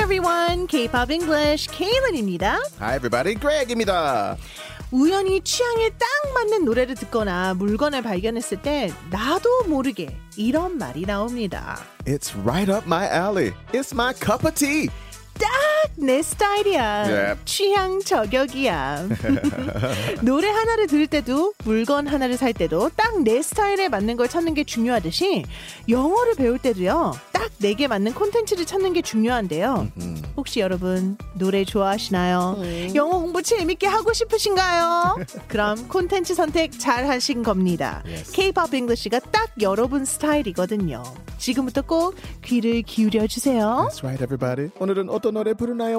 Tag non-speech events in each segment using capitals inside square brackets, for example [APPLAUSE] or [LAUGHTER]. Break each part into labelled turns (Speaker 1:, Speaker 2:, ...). Speaker 1: everyone, K-pop English, Kaylin입니다.
Speaker 2: Hi everybody, Greg입니다.
Speaker 1: 우연히 취향에 딱 맞는 노래를 듣거나 물건을 발견했을 때 나도 모르게 이런 말이 나옵니다.
Speaker 2: It's right up my alley. It's my cup of tea.
Speaker 1: 딱 내 스타일이야.
Speaker 2: 네.
Speaker 1: 취향 저격이야. [LAUGHS] 노래 하나를 들을 때도 물건 하나를 살 때도 딱 내 스타일에 맞는 걸 찾는 게 중요하듯이 영어를 배울 때도요. 딱 내게 맞는 콘텐츠를 찾는 게 중요한데요. 혹시 여러분 노래 좋아하시나요? 영어 공부 재밌게 하고 싶으신가요? 그럼 콘텐츠 선택 잘 하신 겁니다. K-pop English가 딱 여러분 스타일이거든요. 지금부터 꼭 귀를 기울여 주세요.
Speaker 2: That's right, everybody. 오늘은 어떤 노래 부르나요?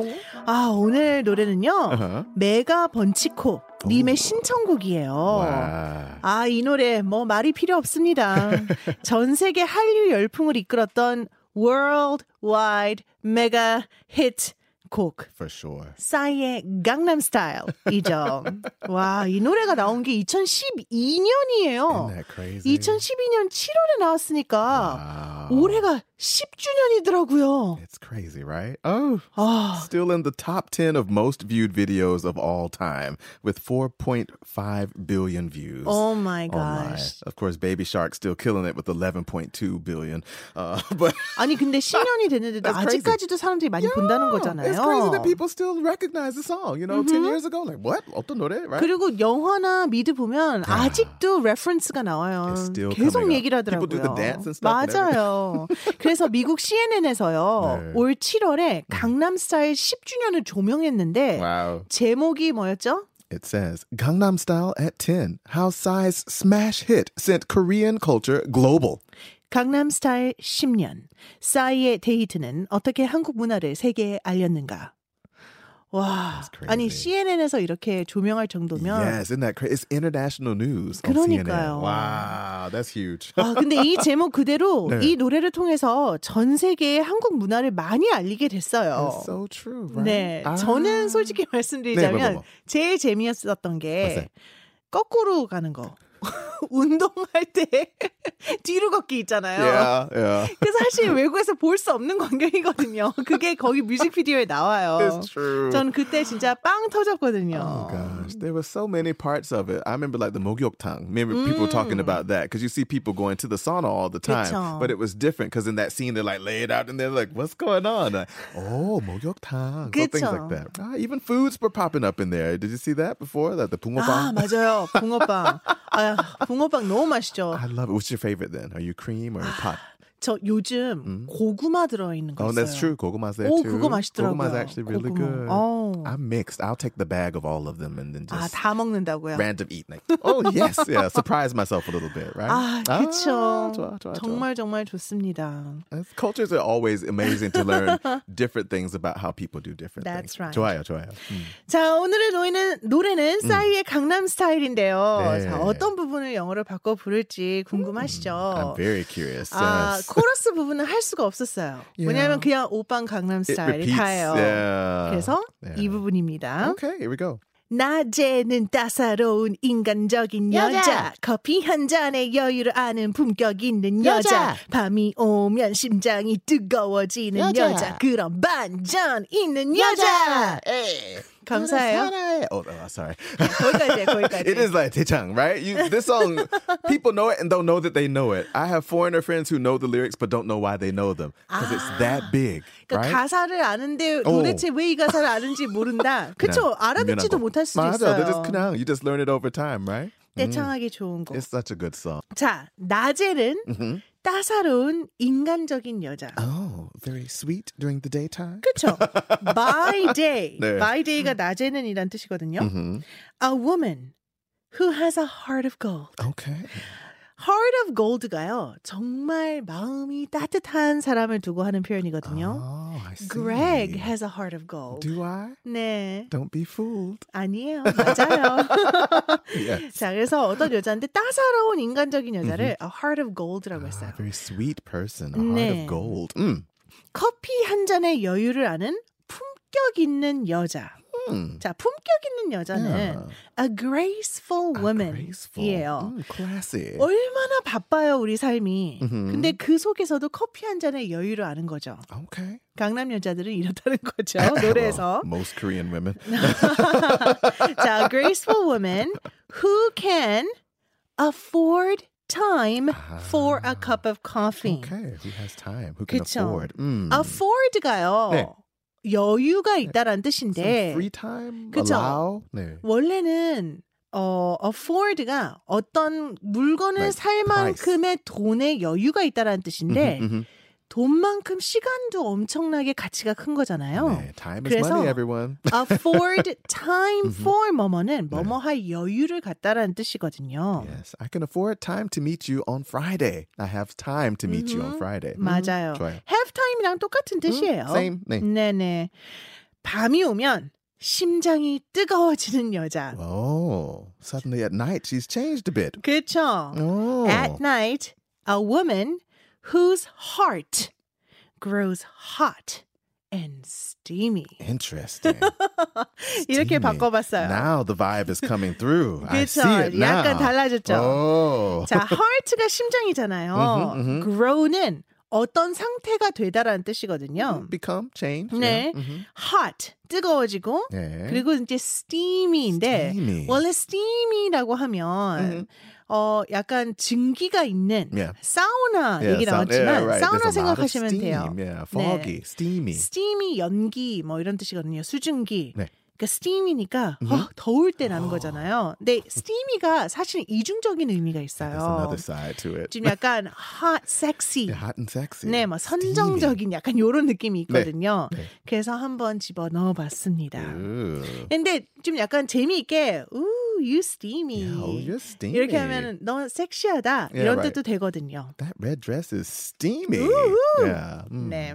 Speaker 1: 아 오늘 노래는요
Speaker 2: 어허.
Speaker 1: 메가 번치코 님의 신청곡이에요.
Speaker 2: 와.
Speaker 1: 아 이 노래 뭐 말이 필요
Speaker 2: [LAUGHS]
Speaker 1: 없습니다. 전 세계 한류 열풍을 이끌었던 World Wide Mega Hit 곡
Speaker 2: For sure.
Speaker 1: 싸이의 강남
Speaker 2: [LAUGHS]
Speaker 1: 스타일이죠. 와 이 노래가 나온 게 2012년이에요.
Speaker 2: Isn't that crazy?
Speaker 1: 2012년 7월에 나왔으니까
Speaker 2: Wow.
Speaker 1: 올해가 10주년이더라고요.
Speaker 2: It's crazy, right? Oh.
Speaker 1: 아
Speaker 2: Still in the top 10 of most viewed videos of all time with 4.5 billion views.
Speaker 1: Oh my
Speaker 2: online.
Speaker 1: gosh.
Speaker 2: Of course, Baby Shark still killing it with 11.2 billion. Uh, [LAUGHS] but
Speaker 1: 아니 근데 10년이 됐는데도
Speaker 2: That's crazy.
Speaker 1: 아직까지도 사람들이 많이 본다는
Speaker 2: It's crazy
Speaker 1: 거잖아요.
Speaker 2: that people still recognize the song. You know, 10 years ago, like, what? 어떤 노래? Right?
Speaker 1: 그리고 영화나 미드 보면 아직도 레퍼런스가 나와요.
Speaker 2: It's still
Speaker 1: 계속
Speaker 2: coming up.
Speaker 1: 얘기를 하더라고요.
Speaker 2: People do the dance and stuff and
Speaker 1: 맞아요. 그래서 미국 CNN에서요.
Speaker 2: 네.
Speaker 1: 올 7월에 강남스타일 10주년을 조명했는데
Speaker 2: Wow.
Speaker 1: 제목이 뭐였죠?
Speaker 2: It says Gangnam Style at 10. How size smash hit sent Korean culture global.
Speaker 1: 강남스타일 10년. 싸이의 데이트는 어떻게 한국 문화를 세계에 알렸는가? 와,
Speaker 2: That's crazy.
Speaker 1: 아니 CNN에서 이렇게 조명할 정도면
Speaker 2: Yes, isn't that crazy? It's international news. on CNN.
Speaker 1: 그러니까요.
Speaker 2: Wow, that's huge.
Speaker 1: 아, 근데 이 제목 그대로
Speaker 2: [LAUGHS] 네.
Speaker 1: 이 노래를 통해서 전 세계의 한국 문화를 많이 알리게 됐어요.
Speaker 2: It's so true, right?
Speaker 1: Oh.
Speaker 2: Ah.
Speaker 1: 네,
Speaker 2: 아.
Speaker 1: 저는 솔직히 말씀드리자면
Speaker 2: 네, 뭐, 뭐, 뭐.
Speaker 1: 제일 재미있었던
Speaker 2: 맞아요.
Speaker 1: 게 거꾸로 가는 거. [LAUGHS] 운동할 때 [LAUGHS] 뒤로 걷기 있잖아요.
Speaker 2: Yeah, yeah.
Speaker 1: 그 사실 외국에서 볼 수 없는 광경이거든요. 그게 거기 뮤직비디오에 나와요.
Speaker 2: It's true.
Speaker 1: 전 그때 진짜 빵 터졌거든요.
Speaker 2: Oh gosh, there were so many parts of it. I remember like the Mogyeoktang. Remember people talking about that because you see people going to the sauna all the time,
Speaker 1: 그쵸.
Speaker 2: but it was different because in that scene they're like laid out and they're like, "What's going on?" Like, oh, Mogyeoktang, so things
Speaker 1: 그쵸.
Speaker 2: like that. Ah, even foods were popping up in there. Did you see that before? Like the
Speaker 1: 아,
Speaker 2: bungeoppang.
Speaker 1: 맞아요. 붕어빵. 아, 붕어빵 너무 맛있죠.
Speaker 2: I love it. What's your favorite then? Are you cream or pot?
Speaker 1: 저 요즘 고구마 들어있는 거
Speaker 2: Oh,
Speaker 1: 있어요.
Speaker 2: 음. that's true. Goguma's there
Speaker 1: 오,
Speaker 2: too.
Speaker 1: 그거 맛있더라고요.
Speaker 2: Goguma's actually really
Speaker 1: 고구마.
Speaker 2: good.
Speaker 1: Oh.
Speaker 2: I'm mixed. I'll take the bag of all of them and then
Speaker 1: 아,
Speaker 2: just
Speaker 1: 다 먹는다고요?
Speaker 2: random eat. Like, oh yes,
Speaker 1: [LAUGHS]
Speaker 2: yeah. Surprise myself a little bit, right? Ah,
Speaker 1: 아,
Speaker 2: 아,
Speaker 1: 그쵸.
Speaker 2: 좋아, 좋아, 좋아.
Speaker 1: 정말 정말 좋습니다.
Speaker 2: It's- Cultures are always amazing to
Speaker 1: [LAUGHS]
Speaker 2: learn different things about how people do different
Speaker 1: That's
Speaker 2: things. Mm,
Speaker 1: right.
Speaker 2: 좋아요, 좋아요. 음.
Speaker 1: 자, 오늘의 노래는, 노래는 싸이의 강남 스타일인데요.
Speaker 2: 네.
Speaker 1: 자, 어떤 부분을 영어로 바꿔 부를지 궁금하시죠?
Speaker 2: 음, I'm very curious.
Speaker 1: 아,
Speaker 2: yes.
Speaker 1: 코러스 부분은 할 수가 없었어요. 왜냐하면 그냥 오빤 강남
Speaker 2: It
Speaker 1: 스타일이
Speaker 2: repeats,
Speaker 1: 다예요.
Speaker 2: yeah.
Speaker 1: 그래서
Speaker 2: Yeah.
Speaker 1: 이 부분입니다.
Speaker 2: Okay, here we go.
Speaker 1: 낮에는 따사로운 인간적인 여자. 커피 한 잔에 여유를 아는 품격 있는 여자. 밤이 오면 심장이 뜨거워지는 여자, 그런 반전 있는 여자, 감사해요
Speaker 2: 사랑해. Oh, oh, sorry.
Speaker 1: [LAUGHS] 거기까지예요 거기까지
Speaker 2: [LAUGHS] It is like Taechang, right? You, this
Speaker 1: [LAUGHS]
Speaker 2: song, people know it and don't know that they know it. I have foreigner friends who know the lyrics but don't know why they know them because it's
Speaker 1: Ah.
Speaker 2: that big,
Speaker 1: 그러니까
Speaker 2: right?
Speaker 1: 가사를 아는데 도대체 왜 이 가사를 아는지
Speaker 2: [LAUGHS]
Speaker 1: 모른다 그쵸
Speaker 2: 그냥
Speaker 1: 알아듣지도
Speaker 2: 유명한 곡.
Speaker 1: 못할 수도
Speaker 2: 네. 맞아,
Speaker 1: 있어요
Speaker 2: they're just 그냥 you just learn it over time, right?
Speaker 1: 떼창하기 좋은 곡
Speaker 2: It's such a good song.
Speaker 1: 자, 낮에는 따사로운 인간적인 여자
Speaker 2: Oh, very sweet during the daytime.
Speaker 1: 그렇죠.
Speaker 2: [LAUGHS]
Speaker 1: By day.
Speaker 2: 네.
Speaker 1: By day가 낮에는 이란 뜻이거든요.
Speaker 2: Mm-hmm.
Speaker 1: A woman who has a heart of gold.
Speaker 2: Okay.
Speaker 1: Heart of gold가요. 정말 마음이 따뜻한 사람을 두고 하는 표현이거든요.
Speaker 2: Oh, I see.
Speaker 1: Greg has a heart of gold.
Speaker 2: Do I?
Speaker 1: 네.
Speaker 2: Don't be fooled.
Speaker 1: 아니에요.
Speaker 2: [LAUGHS]
Speaker 1: 맞아요.
Speaker 2: Yes.
Speaker 1: 자, 그래서 어떤 여자인데 따사로운 인간적인 여자를 a heart of gold라고
Speaker 2: Ah,
Speaker 1: 했어요.
Speaker 2: very sweet person, a heart
Speaker 1: 네.
Speaker 2: of gold. Mm.
Speaker 1: 커피 한 잔의 여유를 아는 품격 있는 여자.
Speaker 2: 음.
Speaker 1: 자, 품격 있는 여자는 a graceful woman
Speaker 2: graceful.
Speaker 1: 이에요.
Speaker 2: Mm, classy.
Speaker 1: 얼마나 바빠요, 우리 삶이.
Speaker 2: 음흠.
Speaker 1: 근데 그 속에서도 커피 한 잔의 여유를 아는 거죠.
Speaker 2: Okay.
Speaker 1: 강남 여자들은 이렇다는 거죠.
Speaker 2: 아,
Speaker 1: 노래에서. [LAUGHS]
Speaker 2: [LAUGHS] Well, most Korean women.
Speaker 1: 자, graceful woman who can afford time for a cup of
Speaker 2: [LAUGHS]
Speaker 1: coffee.
Speaker 2: 아. Okay, who has time? Who can
Speaker 1: 그쵸.
Speaker 2: afford? Mm.
Speaker 1: afford가요.
Speaker 2: 네.
Speaker 1: 여유가 있다라는
Speaker 2: Some
Speaker 1: 뜻인데
Speaker 2: free time?
Speaker 1: 그쵸.
Speaker 2: Allow? 네.
Speaker 1: 원래는 어, afford가 어떤 물건을
Speaker 2: Like
Speaker 1: 살
Speaker 2: price.
Speaker 1: 만큼의 돈의 여유가 있다라는 뜻인데
Speaker 2: Mhm, mhm.
Speaker 1: 돈만큼 시간도 엄청나게 가치가 큰 거잖아요.
Speaker 2: Mm-hmm. 네, [LAUGHS] time is money,
Speaker 1: 그래서-
Speaker 2: everyone.
Speaker 1: afford time for 뭐뭐는
Speaker 2: 네.
Speaker 1: 뭐뭐 할 여유를 갖다라는 뜻이거든요.
Speaker 2: Yes, I can afford time to meet you on Friday. I have time to meet you on Friday. 음,
Speaker 1: Mm-hmm. 맞아요.
Speaker 2: 좋아요. 음,
Speaker 1: have time이랑 똑같은 뜻이에요.
Speaker 2: same, 네.
Speaker 1: 네네. 밤이 오면 심장이 뜨거워지는 여자.
Speaker 2: Oh, suddenly at night she's changed a bit.
Speaker 1: 그쵸?
Speaker 2: Oh,
Speaker 1: At night, a woman whose heart grows hot and steamy. [LAUGHS]
Speaker 2: interesting.
Speaker 1: 이렇게
Speaker 2: Steamy.
Speaker 1: 바꿔봤어요.
Speaker 2: Now the vibe is
Speaker 1: [LAUGHS]
Speaker 2: coming through. I see
Speaker 1: 그쵸?
Speaker 2: it now.
Speaker 1: 약간 달라졌죠?
Speaker 2: Oh, Mm-hmm,
Speaker 1: 자, heart가 심장이잖아요.
Speaker 2: 음흠, 음흠.
Speaker 1: grow는 어떤 상태가 되다라는 뜻이거든요.
Speaker 2: become change.
Speaker 1: 네.
Speaker 2: Yeah. Mhm.
Speaker 1: hot, 뜨거워지고
Speaker 2: 네.
Speaker 1: 그리고 이제 steamy인데
Speaker 2: Steamy.
Speaker 1: 원래 steamy라고 하면 어 약간 증기가 있는
Speaker 2: Yeah.
Speaker 1: 사우나
Speaker 2: Yeah,
Speaker 1: 얘기
Speaker 2: sound-
Speaker 1: 나왔지만
Speaker 2: yeah, 예, right.
Speaker 1: 사우나
Speaker 2: There's a lot of
Speaker 1: 생각하시면 돼요.
Speaker 2: steam. Yeah, foggy, steamy.
Speaker 1: steamy 연기 뭐 이런 뜻이거든요. 수증기.
Speaker 2: 네.
Speaker 1: 그러니까 steam이니까 어, 더울 때 나는 거잖아요. 근데 steamy가 사실 이중적인 의미가
Speaker 2: There's
Speaker 1: 있어요.
Speaker 2: another side to it.
Speaker 1: 좀 약간 hot, sexy.
Speaker 2: Yeah, hot and sexy.
Speaker 1: 네, 뭐
Speaker 2: Steamy.
Speaker 1: 선정적인 약간 요런 느낌이
Speaker 2: 네.
Speaker 1: 있거든요.
Speaker 2: 네. 음.
Speaker 1: 그래서 한번 집어 넣어 봤습니다.
Speaker 2: Ooh.
Speaker 1: 근데 좀 약간 재미있게 ooh, you steamy.
Speaker 2: Yeah, oh, you're steamy.
Speaker 1: 이렇게 하면 너 섹시하다
Speaker 2: Yeah,
Speaker 1: 이런
Speaker 2: 예, right.
Speaker 1: 뜻도 되거든요.
Speaker 2: that red dress is steamy.
Speaker 1: Ooh.
Speaker 2: Yeah. mm.
Speaker 1: 네.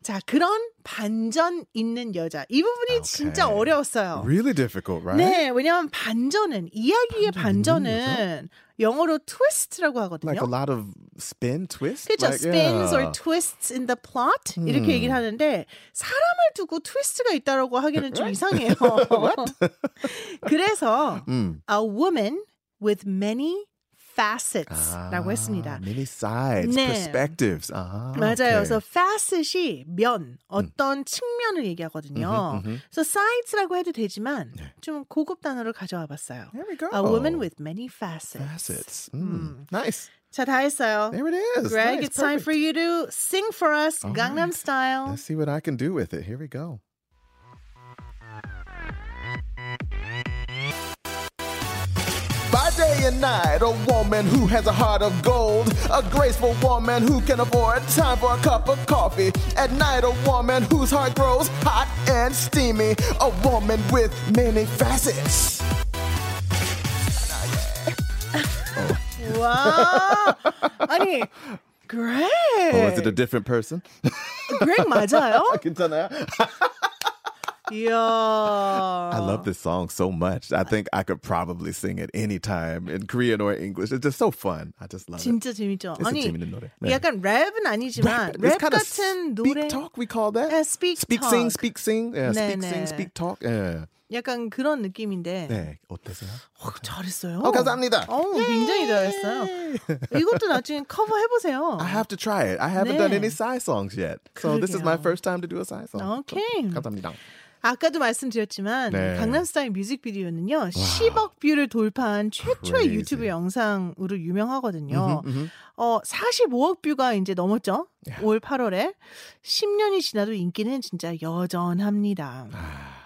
Speaker 1: 자, 그런 반전 있는 여자. 이 부분이
Speaker 2: Okay.
Speaker 1: 진짜 어려웠어요.
Speaker 2: 아, Really difficult, right?
Speaker 1: 네, 왜냐면 반전은 이야기의
Speaker 2: 반전 있는
Speaker 1: 반전은 영어로 twist라고 하거든요.
Speaker 2: Like a lot of spin twist.
Speaker 1: 그죠?
Speaker 2: Like,
Speaker 1: spins
Speaker 2: yeah. 음.
Speaker 1: or twists in the plot 이렇게 얘기를 하는데 사람을 두고 트위스트가 있다라고 하기는 좀
Speaker 2: [LAUGHS]
Speaker 1: 이상해요. 그래서
Speaker 2: 음.
Speaker 1: a woman with many facets라고
Speaker 2: 아,
Speaker 1: 했습니다.
Speaker 2: Ah, Many sides,
Speaker 1: 네.
Speaker 2: perspectives. 아,
Speaker 1: 맞아요.
Speaker 2: okay.
Speaker 1: 그래서 facet이 면, 어떤 측면을 얘기하거든요.
Speaker 2: 음흠, 음흠.
Speaker 1: 그래서 sides라고 해도 되지만 좀 고급 단어를 가져와 봤어요.
Speaker 2: There we go.
Speaker 1: A woman with many facets.
Speaker 2: facets. Mm. Nice.
Speaker 1: 자, 다 했어요.
Speaker 2: There it
Speaker 1: Hmm.
Speaker 2: is.
Speaker 1: Greg,
Speaker 2: Nice,
Speaker 1: it's time for
Speaker 2: perfect.
Speaker 1: you to sing for us
Speaker 2: All
Speaker 1: Gangnam
Speaker 2: right.
Speaker 1: Style.
Speaker 2: Let's see what I can do with it. Here we go. By day and night, a woman who has a heart of gold, a graceful woman who can afford time for a cup of coffee. At night, a woman whose heart grows hot and steamy, a woman with many facets.
Speaker 1: 와. 아니, Greg.
Speaker 2: Oh, is it a different person? [LAUGHS]
Speaker 1: Greg 맞아요?
Speaker 2: I can tell now.
Speaker 1: 이야.
Speaker 2: I love this song so much. I think I could probably sing it anytime in Korean or English. It's just so fun. I just love it.
Speaker 1: 진짜 재밌죠.
Speaker 2: It's a
Speaker 1: 아니,
Speaker 2: 재밌는 노래. 네.
Speaker 1: 약간 랩은 아니지만 랩
Speaker 2: kinda
Speaker 1: 같은
Speaker 2: speak
Speaker 1: 노래
Speaker 2: talk. We call that
Speaker 1: Yeah, speak
Speaker 2: speak sing
Speaker 1: talk.
Speaker 2: speak sing yeah,
Speaker 1: 네,
Speaker 2: speak
Speaker 1: 네.
Speaker 2: sing speak talk. Yeah.
Speaker 1: 약간 그런 느낌인데
Speaker 2: 네 어떠세요?
Speaker 1: 어, 잘했어요.
Speaker 2: 어, 감사합니다. 예.
Speaker 1: 어, 굉장히 잘했어요. 이것도 나중에 커버 해보세요.
Speaker 2: I have to try it. I haven't done
Speaker 1: 네.
Speaker 2: any side songs yet, so this is my
Speaker 1: 그러게요.
Speaker 2: first time to do a side song. So,
Speaker 1: Okay. Oh.
Speaker 2: 감사합니다.
Speaker 1: 아까도 말씀드렸지만
Speaker 2: 네.
Speaker 1: 강남스타일 뮤직비디오는요 10억 뷰를 돌파한 최초의
Speaker 2: Crazy.
Speaker 1: 유튜브 영상으로 유명하거든요.
Speaker 2: 음흠, 음흠.
Speaker 1: 어 45억 뷰가 이제 넘었죠.
Speaker 2: 야.
Speaker 1: 올 8월에 10년이 지나도 인기는 진짜 여전합니다.
Speaker 2: 아.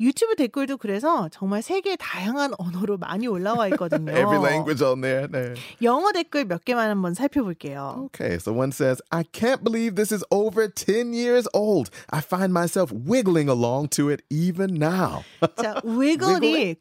Speaker 1: 유튜브 댓글도 그래서 정말 세계 다양한 언어로 많이 올라와 있거든요.
Speaker 2: [LAUGHS] Every language on there. 네.
Speaker 1: 영어 댓글 몇 개만 한번 살펴볼게요.
Speaker 2: Okay, so one says, I can't believe this is over 10 years old. I find myself wiggling along to it even now.
Speaker 1: 자, wiggle이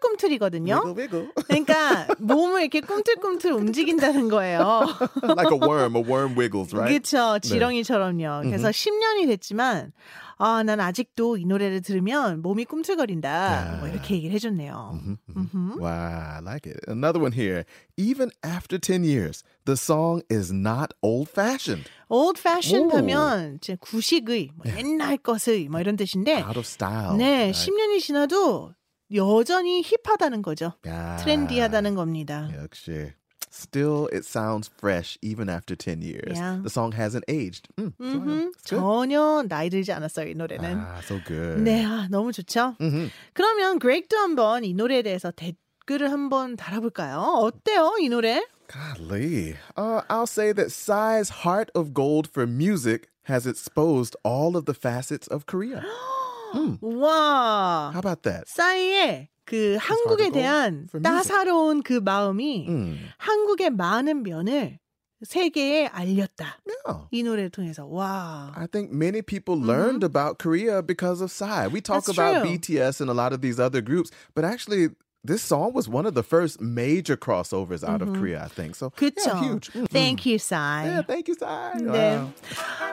Speaker 1: 꿈틀꿈틀이거든요.
Speaker 2: wiggle, wiggle.
Speaker 1: 그러니까 몸을 이렇게 꿈틀꿈틀 움직인다는 거예요.
Speaker 2: [LAUGHS] 네. like a worm, a worm wiggles, right?
Speaker 1: 그쵸 지렁이처럼요. 그래서 10년이 됐지만 아, 난 아직도 이 노래를 들으면 몸이 꿈틀거린다. 뭐 이렇게 얘기를 해줬네요.
Speaker 2: Mhm, mhm. Wow, I like it. Another one here. Even after 10 years, the song is not old fashioned,
Speaker 1: old fashioned
Speaker 2: 오.
Speaker 1: 하면 이제 구식의, 뭐 옛날 것의 뭐 이런 뜻인데
Speaker 2: out of style.
Speaker 1: 네,
Speaker 2: right?
Speaker 1: 10년이 지나도 여전히 힙하다는 거죠.
Speaker 2: 야.
Speaker 1: 트렌디하다는 겁니다.
Speaker 2: 역시. Still, it sounds fresh even after 10 years.
Speaker 1: Yeah.
Speaker 2: The song hasn't aged. Mm, 좋아요.
Speaker 1: 음흠,
Speaker 2: It's good.
Speaker 1: 전혀 나이 들지 않았어요, 이 노래는.
Speaker 2: Ah, so good.
Speaker 1: 네, 아, 너무 좋죠.
Speaker 2: Mhm.
Speaker 1: 그러면 그렉도 한번 이 노래에 대해서 댓글을 한번 달아볼까요? 어때요, 이 노래?
Speaker 2: Golly. Uh, I'll say that Psy's Heart of Gold for Music has exposed all of the facets of Korea.
Speaker 1: 와,
Speaker 2: How about that?
Speaker 1: 싸이의 그 한국에
Speaker 2: hard to go
Speaker 1: 대한
Speaker 2: for music.
Speaker 1: 따사로운 그 마음이
Speaker 2: Mm.
Speaker 1: 한국의 많은 면을 세계에 알렸다.
Speaker 2: No.
Speaker 1: 이 노래를 통해서 와.
Speaker 2: I think many people learned about Korea because of Psy. We talk
Speaker 1: Mm-hmm. That's
Speaker 2: about
Speaker 1: true.
Speaker 2: BTS and a lot of these other groups, but actually, this song was one of the first major crossovers out of Korea, I think. So,
Speaker 1: 그쵸?
Speaker 2: yeah, huge. Mm.
Speaker 1: Mm-hmm. Thank you, 싸이.
Speaker 2: Yeah, thank you, Psy.
Speaker 1: 네.
Speaker 2: Wow.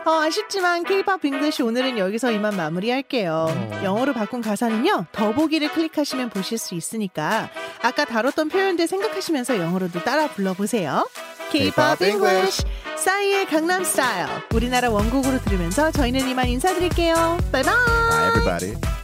Speaker 1: 어, 아쉽지만 K-pop 잉글리시 오늘은 여기서 이만 마무리할게요. 영어로 바꾼 가사는요. 더보기를 클릭하시면 보실 수 있으니까 아까 다뤘던 표현들 생각하시면서 영어로도 따라 불러보세요. K-pop English 싸이의 강남 스타일 우리나라 원곡으로 들으면서 저희는 이만 인사드릴게요. 바이바이.
Speaker 2: Bye, everybody.